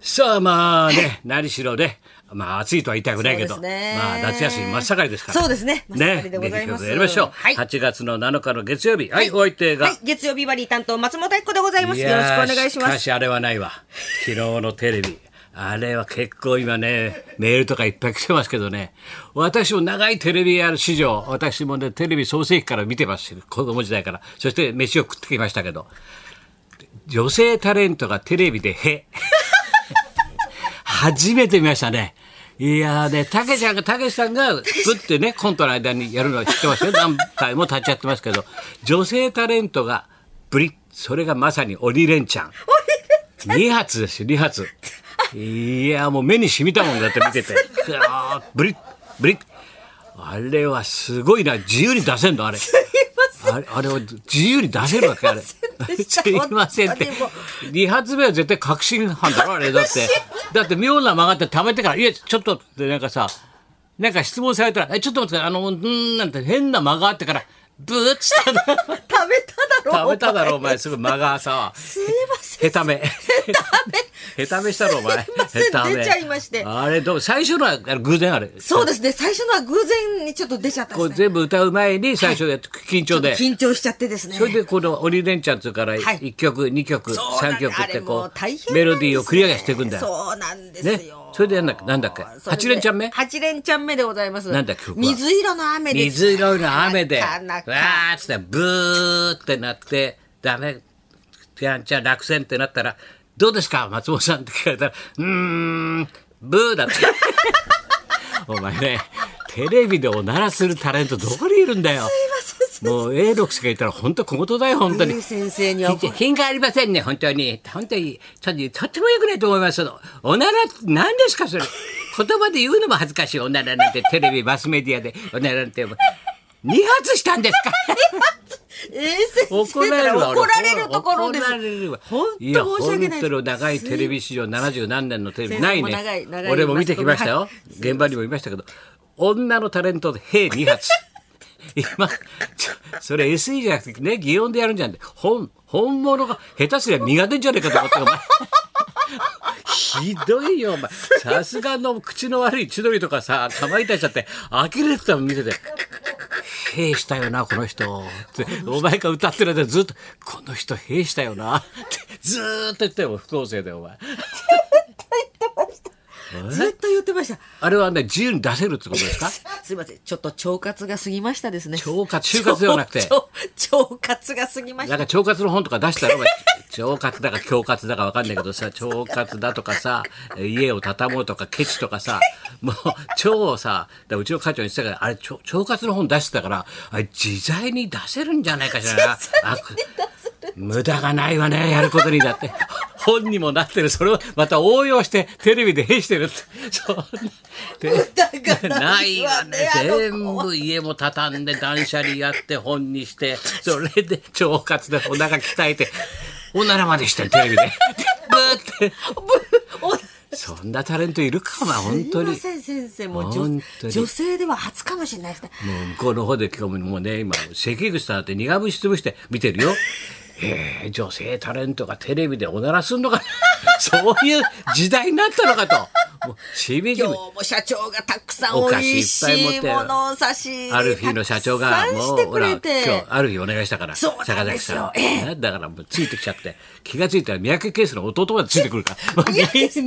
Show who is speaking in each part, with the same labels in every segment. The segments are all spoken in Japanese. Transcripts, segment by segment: Speaker 1: さあまあね、何しろね、まあ暑いとは言いたくないけど、
Speaker 2: そうですね
Speaker 1: まあ夏休み真っ盛りですから。
Speaker 2: そうですね真っ盛りでございま
Speaker 1: ね
Speaker 2: す
Speaker 1: ぜひやりましょう。
Speaker 2: はい
Speaker 1: 8月の7日の月曜日、はい、お相手が。
Speaker 2: はい、月曜日バリー担当松本明子でございます。よろしくお願いし
Speaker 1: やー
Speaker 2: ま
Speaker 1: か
Speaker 2: す。
Speaker 1: しあれはないわ。昨日のテレビ。あれは結構今ね、メールとかいっぱい来てますけどね。私も長いテレビやる史上、私もね、テレビ創世期から見てますし、子供時代から。そして飯を食ってきましたけど。女性タレントがテレビでへ。初めて見ましたね。いやーね、たけちゃんが、たけしさんが、ぶってね、コントの間にやるのは知ってますよ。何回も立ち会ってますけど、女性タレントが、ぶり、それがまさに鬼レンちゃん。2発ですよ、2発。いやーもう目に染みたもんだって見てて。うわーブリッ、ブリッ。あれはすごいな、自由に出せんの、あれ。あれ、あれを自由に出せるわけ、あれ。すいませんって
Speaker 2: 本当にも。
Speaker 1: 2発目は絶対確信犯だろ、あれ。だって。だって妙な曲がって溜めてから、いや、ちょっとってなんかさ、なんか質問されたら、え、ちょっと待って、あの、うーんなんて変な間があってから、ブーッつった の。
Speaker 2: 食べただろ
Speaker 1: 食
Speaker 2: う。
Speaker 1: べただろ、お前、すぐ間がさ。
Speaker 2: すいません。
Speaker 1: へため。 へためしたろ、お前。
Speaker 2: すいません
Speaker 1: へため
Speaker 2: 出ちゃいまして
Speaker 1: あれ、どう最初のはあれ偶然あれ。
Speaker 2: そうですね。最初のは偶然にちょっと出ちゃったん
Speaker 1: こ
Speaker 2: で
Speaker 1: う
Speaker 2: すね。
Speaker 1: 全部歌う前に最初やって緊張で。
Speaker 2: 緊張しちゃってですね。
Speaker 1: それでこの「鬼レンチャン」っていうから
Speaker 2: はい
Speaker 1: 1曲2曲
Speaker 2: そうなん
Speaker 1: 3曲って
Speaker 2: あれも
Speaker 1: こ
Speaker 2: う大変なんです
Speaker 1: う
Speaker 2: ね
Speaker 1: メロディーを繰り上げしていくんだよ。
Speaker 2: そうなんです
Speaker 1: ね
Speaker 2: よ。、
Speaker 1: それでなんだっけなんだっけ
Speaker 2: それで
Speaker 1: 8連チャン目
Speaker 2: 八連チャン目でございます。
Speaker 1: なんだっけ曲は
Speaker 2: 水色の雨です。
Speaker 1: 水色の雨で、
Speaker 2: なかなか
Speaker 1: わーっつって、ブーってなって、ダメ、じゃんじゃん落選ってなったら、どうですか松本さんって聞かれたら、うーん、ブーだっ て。お前ね、テレビでおならするタレントどこにいるんだよ。もう A 六スがいたら本当小言だよ、本当
Speaker 2: ゆ
Speaker 1: に
Speaker 2: う。先生には怒
Speaker 1: 品品がありませんね、本当に。本当に、ちょっと、とっても良くないと思います。そのおなら、何です か、それ。言葉で言うのも恥ずかしい。おならなんて、テレビ、マスメディアで、おならなんて、2発したんですか
Speaker 2: えー、先
Speaker 1: 怒
Speaker 2: 生
Speaker 1: ら
Speaker 2: な
Speaker 1: れる
Speaker 2: ら
Speaker 1: わ。
Speaker 2: 怒られるところです。
Speaker 1: 怒られるわ。
Speaker 2: 本当申し訳ない
Speaker 1: や本
Speaker 2: です
Speaker 1: 当の長いテレビ史上70何年のテレビ、
Speaker 2: 先
Speaker 1: な
Speaker 2: 生
Speaker 1: い
Speaker 2: も
Speaker 1: ね
Speaker 2: 長い長い。
Speaker 1: 俺も見てきましたよ
Speaker 2: マス。
Speaker 1: 現場にもいましたけど、女のタレントで、兵2発。 今、ちょそれ SE じゃなくてね、擬音でやるんじゃんって、本、本物が下手すりゃ苦手んじゃねえかと思って、お前。ひどいよ、お前。さすがの口の悪い千鳥とかさ、かまいたちだって、呆れてたの見てて。兵したよな、この人。って、お前が歌ってる間ずっと、この人兵したよな。って、ずーっと言っても不公正だよ、お前。
Speaker 2: ずっと言ってました。
Speaker 1: あれはね、自由に出せるってことですか
Speaker 2: すいません、ちょっと腸活が過ぎましたですね。
Speaker 1: 腸活就活ではなくて
Speaker 2: 腸腸腸活が過ぎまし
Speaker 1: なん
Speaker 2: た。
Speaker 1: か腸活の本とか出したら、お前腸活だか恐喝だか分かんないけどさ、腸活だとかさ、家を畳もうとか、ケチとかさ、もう腸をさ、だからうちの課長に言ってたから、あれ腸腸活の本出してたから、あれ自在に出せるんじゃないかしらな。あく無駄がないわね、やることにだって。本にもなってる、それをまた応用してテレビでへしてるって。そんなで
Speaker 2: 無駄が
Speaker 1: な
Speaker 2: ないい
Speaker 1: わ
Speaker 2: わ
Speaker 1: ね
Speaker 2: ね。
Speaker 1: 全部家も畳んで断捨離やって本にして、それで腸活でお腹鍛えて、おならまでしてテレ ビで。ブーって。
Speaker 2: お
Speaker 1: そんなタレントいるかま本当に。も
Speaker 2: すいません先生もう女
Speaker 1: 本当に
Speaker 2: 女性では初かもしれないですね
Speaker 1: う向こうの方で今日もうね、今、関口さんだって苦虫潰して見てる よ。へえ女性タレントがテレビでおならすんのかなそういう時代になったのかと。もうしみじ
Speaker 2: 今
Speaker 1: み。
Speaker 2: 日も社長がたくさん
Speaker 1: お
Speaker 2: 美
Speaker 1: 菓子
Speaker 2: 味し
Speaker 1: いっぱい持
Speaker 2: い
Speaker 1: って
Speaker 2: ものを差し
Speaker 1: アルフィーの社長が
Speaker 2: たくさん
Speaker 1: も
Speaker 2: し
Speaker 1: う
Speaker 2: て
Speaker 1: ほ
Speaker 2: く
Speaker 1: ら
Speaker 2: れ
Speaker 1: 今日
Speaker 2: て
Speaker 1: アルフィーお願いしたから
Speaker 2: そうなんですよ
Speaker 1: 坂崎さん、だからもうついてきちゃって気がついたら三宅ケースの弟までついてくるからもうみんな三宅さ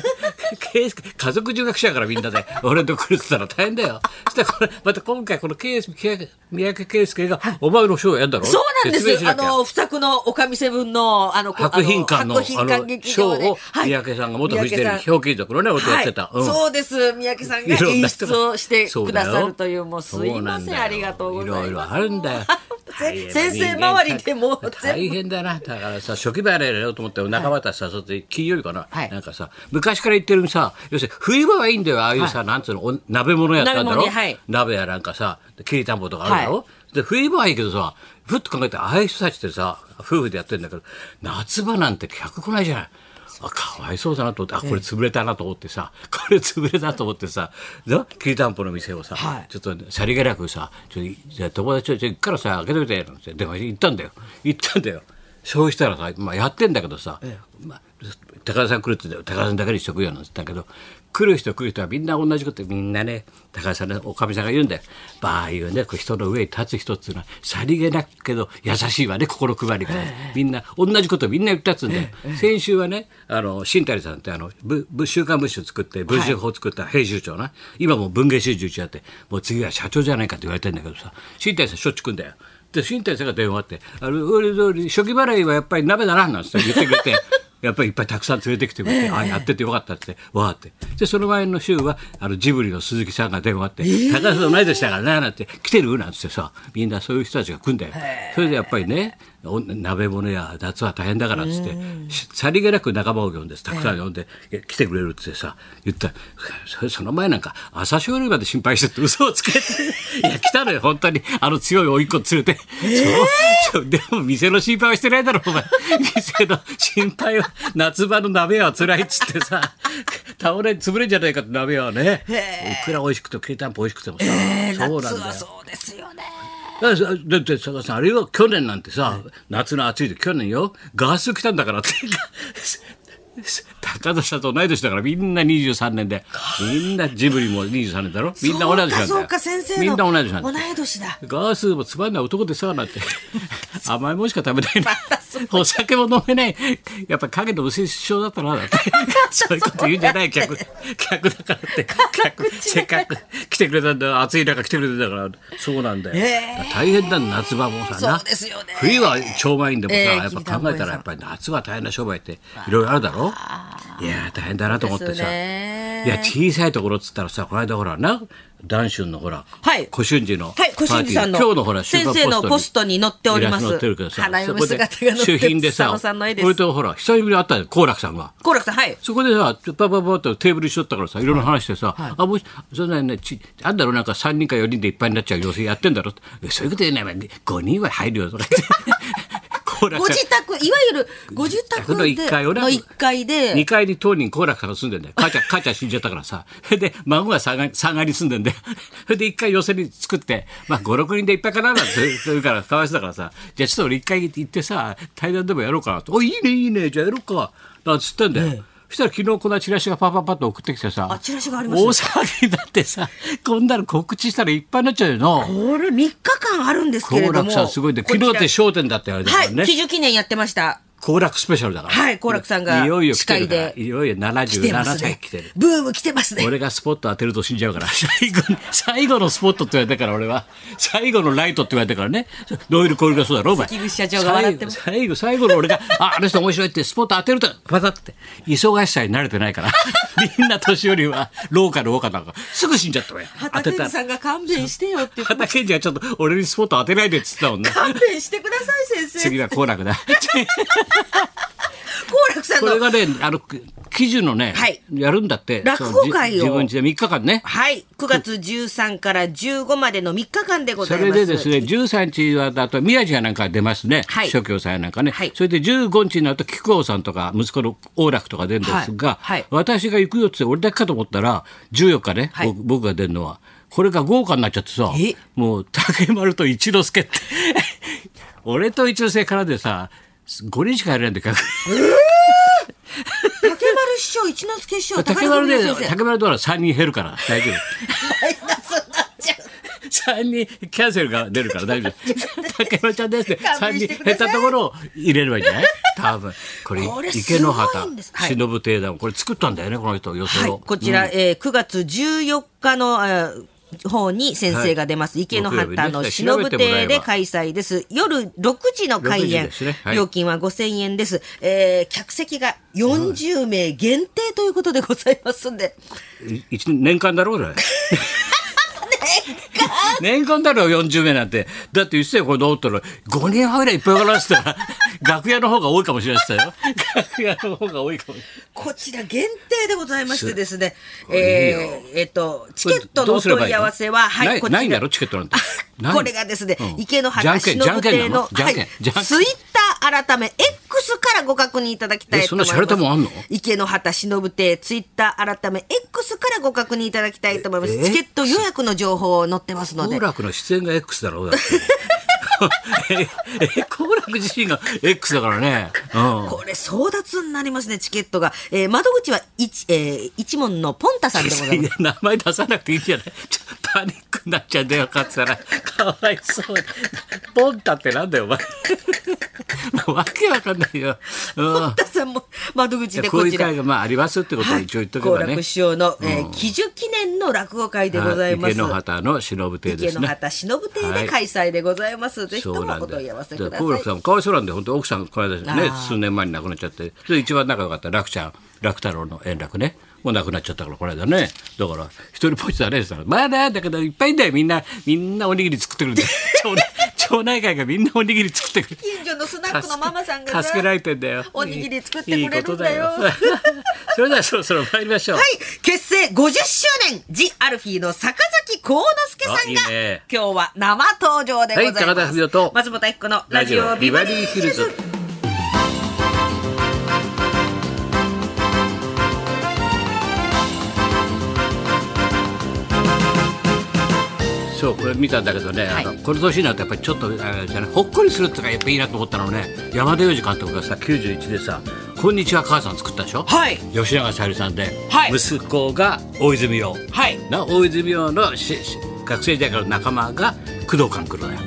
Speaker 1: んケース 家族中学者からみんなで俺のとこ来るって言ったら大変だよそしたらこれまた今回このケース三宅圭介がお前のショーやんだろ
Speaker 2: そうなんです
Speaker 1: 説明し
Speaker 2: よ。あ
Speaker 1: なきゃ
Speaker 2: の、不作のおかみセブンの、あの、こ
Speaker 1: 白品館の
Speaker 2: あの白品
Speaker 1: あ
Speaker 2: 館
Speaker 1: の
Speaker 2: 劇
Speaker 1: ショ
Speaker 2: 場で
Speaker 1: ーを
Speaker 2: はい
Speaker 1: 三宅さんが元フジテレビ
Speaker 2: 三宅さん
Speaker 1: 表金属のね音やってた、
Speaker 2: はい
Speaker 1: うん
Speaker 2: そうです。三宅さんが
Speaker 1: いろん
Speaker 2: 演
Speaker 1: な人
Speaker 2: 出
Speaker 1: が
Speaker 2: をして
Speaker 1: そう
Speaker 2: く
Speaker 1: だ
Speaker 2: だ
Speaker 1: よ
Speaker 2: さるという、もうすい
Speaker 1: そ
Speaker 2: ま
Speaker 1: うな
Speaker 2: せ
Speaker 1: ん
Speaker 2: ん、
Speaker 1: だよ
Speaker 2: ありがとうございます。
Speaker 1: いろいろあるんだ よ
Speaker 2: せ先生周りでもう
Speaker 1: 大
Speaker 2: 全部。
Speaker 1: 変だなだからさ初期払いやろうと思って仲間たち誘って金曜日かな、
Speaker 2: はい
Speaker 1: なんかさ昔から言ってるさ要するに冬場はいいんだよああいうさ、なんつうのお鍋物やったんだ
Speaker 2: 鍋
Speaker 1: ろ、
Speaker 2: 物はい
Speaker 1: 鍋やなんかさきりたんぽとかあるだろ、
Speaker 2: は
Speaker 1: で冬場はいいけどさふっと考えたらああいう人たちってさ夫婦でやってるんだけど夏場なんて客来ないじゃない。あかわいそうだなと思ってあこれ潰れたなと思ってさ、これ潰れたと思ってさなきりたんぽの店をさ、
Speaker 2: はい
Speaker 1: ちょっとねさりげなくさ、ちょっとじゃあ友達と行くからさ、開けてみてなんて、でも行ったんだよ。行ったんだよ。そうしたらさ、まあ、やってんだけどさ、まあ高田さん来るって言って高田さんだけにしとくよなんて言ったけど来る人来る人はみんな同じことみんなね高田さんのおかみさんが言うんだよ場合いうねこう人の上に立つ人っていうのはさりげなくけど優しいわね心配りが、みんな同じことみんな言ったっつうんだよ、先週はねあの新谷さんってあのぶぶ週刊文春作って文春法作った編集長な、今もう文芸集中やってもう次は社長じゃないかって言われてんだけどさ新谷さんしょっちゅう来んだよで新谷さんが電話あって「あの俺俺初期払いはやっぱり鍋だな」なんつって言ってくれてやっぱりいっぱいたくさん連れてきてくれて「あやっててよかった」ってわーってでその前の週はあのジブリの鈴木さんが電話あって「高橋さん同い年だからな」なんて「来てる?」なんつってさみんなそういう人たちが来んだよ。それでやっぱりねお鍋物や夏は大変だからっつってしさりげなく仲間を呼んでたくさん呼んでいや来てくれるっつってさ言ったらそれその前なんか朝青龍まで心配してって嘘をつけていや来たのよ本当にあの強い甥いっ子連れて、そうそうでも店の心配はしてないだろお前店の心配は夏場の鍋屋は辛いっつってさ倒れ潰れんじゃないかって鍋屋はねいくら美味しくてもきりたんぽ美味しくてもさ、そうなんだ
Speaker 2: 夏は
Speaker 1: よ
Speaker 2: そうですよね。
Speaker 1: だってさだって佐賀さんあれよ去年なんてさ、夏の暑い時去年よガラス来たんだからって高田さんと同い年だからみんな23年でみんなジブリも23年だろみんな同い年なんだよ
Speaker 2: そうかそうか先生の
Speaker 1: みんな同い年なんだ
Speaker 2: 同
Speaker 1: よ
Speaker 2: い年だ。
Speaker 1: ガースもつまんない男でさなんて甘いもんしか食べないなお酒も飲めないやっぱ影の薄い師匠だったなだってそういうこと言うんじゃない客客だからって客せっかく来てくれたんだ暑い中来てくれてんだからそうなんだよ、
Speaker 2: え
Speaker 1: 大変だ夏場もさな
Speaker 2: そうですよね
Speaker 1: 冬は超満員でもさ、
Speaker 2: ええ
Speaker 1: やっぱ考えたらやっぱり夏は大変な商売っていろいろあるだろいやー大変だなと思って
Speaker 2: です
Speaker 1: さ、
Speaker 2: ね
Speaker 1: いや小さいところっつったらさこの間ほらな談春のほら、
Speaker 2: はい
Speaker 1: 古春寺の
Speaker 2: はい、小
Speaker 1: パー
Speaker 2: 春
Speaker 1: ティー
Speaker 2: 寺さんの
Speaker 1: 今日のほら週刊
Speaker 2: 先生のポストに載っておりま
Speaker 1: イラスト載
Speaker 2: す
Speaker 1: ってるけど。さ
Speaker 2: 花嫁
Speaker 1: そこで
Speaker 2: 姿が載って
Speaker 1: 主
Speaker 2: る。
Speaker 1: 品で
Speaker 2: 草
Speaker 1: さ
Speaker 2: 野さんの絵で
Speaker 1: 俺
Speaker 2: す。
Speaker 1: とほら久しぶりに会ったよ好楽さんが。
Speaker 2: 好楽さん、 はい。
Speaker 1: そこでさ、パパパッとテーブルしとったからさ、いろいろ話してさ、あ、もし、そんなね、ち、あんだろう、なんか3人か4人でいっぱいになっちゃう要請やってんだろってえそういうこと言うなら、5人は入るよ、とか言 って。 好楽
Speaker 2: ご
Speaker 1: さん
Speaker 2: 自宅、いわゆるご自宅
Speaker 1: の
Speaker 2: で
Speaker 1: 1階をな
Speaker 2: の一階
Speaker 1: 2
Speaker 2: で、
Speaker 1: 階に当人好楽さんが住んでんだよ母ちゃん母ちゃん死んじゃったからさそれで孫が3階三階に住んでんだよ それで1階寄せに作って、まあ、56人でいっぱいかななんて言うからかわいそうだからさじゃあちょっと俺1階行ってさ対談でもやろうかなと「おいいねいいねじゃあやろうか」なんつってんだよ。そしたら昨日こんなチラシがパパパッと送ってきてさ
Speaker 2: あチラシがありま
Speaker 1: 大騒ぎになってさこんなの告知したらいっぱいになっちゃうよな
Speaker 2: これ3日間あるんですけれ
Speaker 1: 好
Speaker 2: ども。
Speaker 1: 楽さんすごいんで昨日って『笑点』だってあれだか
Speaker 2: は
Speaker 1: ら
Speaker 2: い、
Speaker 1: ね、
Speaker 2: 喜寿記念やってました。
Speaker 1: 好楽スペシャルだから
Speaker 2: はい好楽さんが
Speaker 1: いよいよ来てるから
Speaker 2: 司会で
Speaker 1: いよいよ
Speaker 2: 来てま
Speaker 1: 77
Speaker 2: す
Speaker 1: 歳
Speaker 2: ね
Speaker 1: 来てる。。
Speaker 2: ブーム来てますね。
Speaker 1: 俺がスポット当てると死んじゃうから 最後に最後のスポットって言われたから俺は最後のライトって言われたからねノイル・コールがそうだろお前
Speaker 2: 関口社長が笑ってます
Speaker 1: 最後最後最後の俺が 「ああの人面白い」ってスポット当てるとパタって忙しさに慣れてないから みんな年寄りは廊下の廊下だからすぐ死んじゃったわよ当て
Speaker 2: 畑
Speaker 1: た
Speaker 2: 健さんが勘弁してよって言って
Speaker 1: 畑健二はちょっと俺にスポット当てないでっつったもんな
Speaker 2: 勘弁してください先生
Speaker 1: 次は好楽だ
Speaker 2: 好楽さん
Speaker 1: これ
Speaker 2: の
Speaker 1: がねあの記事のね、
Speaker 2: はい
Speaker 1: やるんだって
Speaker 2: 落語会を
Speaker 1: そのじ自分家で3日間ね
Speaker 2: はい9月13から15までの3日間でござ
Speaker 1: そ
Speaker 2: います
Speaker 1: れでですね、13日はだと宮治やなんか出ますね、
Speaker 2: はい
Speaker 1: 諸教さんやなんかね、
Speaker 2: はい
Speaker 1: それで15日になると木久扇さんとか息子の王楽とか出るんですが、
Speaker 2: はいはい
Speaker 1: 私が行くよって俺だけかと思ったら14日ね、
Speaker 2: はい
Speaker 1: 僕僕が出るのはこれが豪華になっちゃってさ
Speaker 2: え
Speaker 1: もう竹丸と一之輔って 俺と一之輔からでさ5人しか入れないんだ けど
Speaker 2: 竹丸師匠一之輔師匠
Speaker 1: 竹丸で
Speaker 2: 高田文夫 先
Speaker 1: 竹丸とは3人減るから大丈夫。
Speaker 2: 生マイナスになっちゃう
Speaker 1: 三人キャンセルが出るから大丈夫。竹山ちゃんですって
Speaker 2: 勘
Speaker 1: 三人
Speaker 2: 弁してくだ
Speaker 1: 減
Speaker 2: さい
Speaker 1: ったところを入れればいいんじゃない？多分これ
Speaker 2: これ
Speaker 1: 池の
Speaker 2: す
Speaker 1: 畑
Speaker 2: ごいんですはい
Speaker 1: 忍亭だもんこれ作ったんだよねこの人予
Speaker 2: は
Speaker 1: 想を
Speaker 2: い。こちら、えー9月14日のあ方に先生が出ます、
Speaker 1: はい
Speaker 2: 池の畑の
Speaker 1: 木曜日ね調べ
Speaker 2: 忍亭
Speaker 1: てもらえ
Speaker 2: で
Speaker 1: ば
Speaker 2: 開催です夜6時の開
Speaker 1: 6時
Speaker 2: 演、
Speaker 1: ですねはい
Speaker 2: 料金は5000円です、えー客席が40名限定ということでございますんで、
Speaker 1: い一年年間だろ うね。年間だろ40名なんてだって言ってたよこれどうったら5人入らいっぱい分からんって言ったら 楽屋の方が多いかもしれないって言ってたよ楽屋の方が多いかもしれない
Speaker 2: こちら限定でございましてですね、
Speaker 1: いよ
Speaker 2: えーえっと、チケットのお問い合わせは、
Speaker 1: は
Speaker 2: はい、
Speaker 1: い
Speaker 2: こ
Speaker 1: の
Speaker 2: ち
Speaker 1: ないないんだ
Speaker 2: ら。
Speaker 1: ろチケットなんて ない
Speaker 2: これがですね、
Speaker 1: うん
Speaker 2: 池の
Speaker 1: じゃ
Speaker 2: 原
Speaker 1: んけ
Speaker 2: 忍
Speaker 1: んじゃんけ
Speaker 2: 亭
Speaker 1: んな
Speaker 2: の、
Speaker 1: のじゃんけん
Speaker 2: はい
Speaker 1: じゃんけん
Speaker 2: ツイッター改め X からご確認いただきたいと思います。
Speaker 1: えそんな洒落たもんあんの
Speaker 2: 池の畑忍亭ツイッター改め X からご確認いただきたいと思います。
Speaker 1: え
Speaker 2: チケット予約の情報載ってますので
Speaker 1: 好。楽の出演が X だろうだって え、好楽自身が X だからね。うん。
Speaker 2: これ争奪になりますねチケットが、えー窓口は一,、えー一門のポンタさんで ござい
Speaker 1: い
Speaker 2: ま
Speaker 1: や名前出さなくていいんじゃないちょパニックになっちゃうんだよかってたらかわいそうにポンタってなんだよお前 もうわけわかんないよ、うん
Speaker 2: すポンタさんも窓口
Speaker 1: い
Speaker 2: で
Speaker 1: や、こう
Speaker 2: こ
Speaker 1: いう
Speaker 2: ちら
Speaker 1: 会がまあありますってことを一応言っとけ
Speaker 2: 好
Speaker 1: ばね、
Speaker 2: 楽師匠の、えー喜寿記念の落語会でございま
Speaker 1: 池
Speaker 2: す
Speaker 1: の畑の忍ぶ亭で
Speaker 2: 池
Speaker 1: す
Speaker 2: の
Speaker 1: ね
Speaker 2: 畑忍亭で開催でございます、ぜひ
Speaker 1: そ
Speaker 2: と
Speaker 1: うな
Speaker 2: も
Speaker 1: ん
Speaker 2: お
Speaker 1: だ
Speaker 2: 問い合
Speaker 1: よ
Speaker 2: わ
Speaker 1: だ
Speaker 2: せく
Speaker 1: から
Speaker 2: だ
Speaker 1: 好
Speaker 2: さ
Speaker 1: 楽
Speaker 2: い
Speaker 1: さんもかわいそうなんで本当奥さんこの間ね
Speaker 2: あー
Speaker 1: 数年前に亡くなっちゃってで一番仲良かった楽ちゃん楽太郎の円楽ねもう亡くなっちゃったからこの間ねだから一人ぽっちだねって言ったらまあねだけどいっぱいいんだよみんなみんなおにぎり作って くるんだよ町内町内会がみんなおにぎり作ってくる
Speaker 2: 近所のスナックのママさんが
Speaker 1: 助けられてんだよ
Speaker 2: おにぎり作ってくれるんだよ
Speaker 1: いいこと それではそろそろ参りましょう、
Speaker 2: はい、結成50周年、ジ・アルフィーの坂崎幸之助さんが
Speaker 1: あいいね
Speaker 2: 今日は生登場でございます。
Speaker 1: はい高田文夫と
Speaker 2: 松本明子のラジオビバリーヒルズ。
Speaker 1: そうこれ見たんだけどね、あ
Speaker 2: は
Speaker 1: のこの年になるとやっぱりちょっとあれじゃないほっこりするっていうかやっぱいいなと思ったのはね山田洋次監督がさ91でさ「こんにちは母さん」作ったでしょ、
Speaker 2: はい
Speaker 1: 吉永小百合さんで、
Speaker 2: はい
Speaker 1: 息子が大泉洋、
Speaker 2: はい
Speaker 1: な大泉洋のしし学生時代からの仲間が工藤官九郎だよ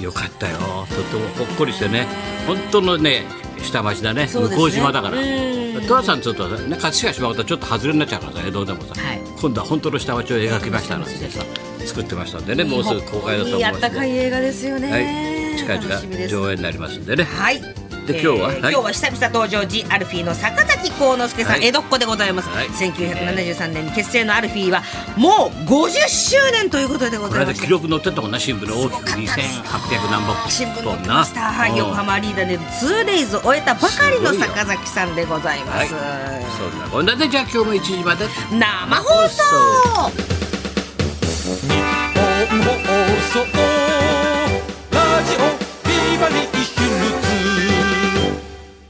Speaker 1: よかったよとってもほっこりしてね本当のね下町だね
Speaker 2: そうですね
Speaker 1: 向島だから
Speaker 2: うん
Speaker 1: 寅さんちょっとね葛飾島方ちょっと外れになっちゃうからさ江戸でもさ、
Speaker 2: はい
Speaker 1: 今度は本当の下町を描きましたなんてさ作ってましたんでねもうすぐ公開だと思い
Speaker 2: や
Speaker 1: ます
Speaker 2: った
Speaker 1: の
Speaker 2: かい
Speaker 1: で、
Speaker 2: 映画ですよね。
Speaker 1: はい、近
Speaker 2: 楽しみで
Speaker 1: 々
Speaker 2: す
Speaker 1: 上映になりますんでね、
Speaker 2: はい。
Speaker 1: で今日ははい
Speaker 2: 今日は久々登場時アルフィーの坂崎幸之助さん、
Speaker 1: はい
Speaker 2: 江戸っ子でございます、
Speaker 1: はい
Speaker 2: 1973年に結成のアルフィーはもう50周年ということでご
Speaker 1: こ
Speaker 2: ざ
Speaker 1: れ
Speaker 2: いま
Speaker 1: です記録載ってたもんな新聞の大きく
Speaker 2: すごかったです
Speaker 1: 2800何本
Speaker 2: 新聞載って
Speaker 1: な
Speaker 2: ました、はい、横浜アリーダで 2days を終えたばかりの坂崎さんでございま
Speaker 1: はい
Speaker 2: す
Speaker 1: そんなこんなでじゃあ今日も1時まで
Speaker 2: 生放送
Speaker 3: 放送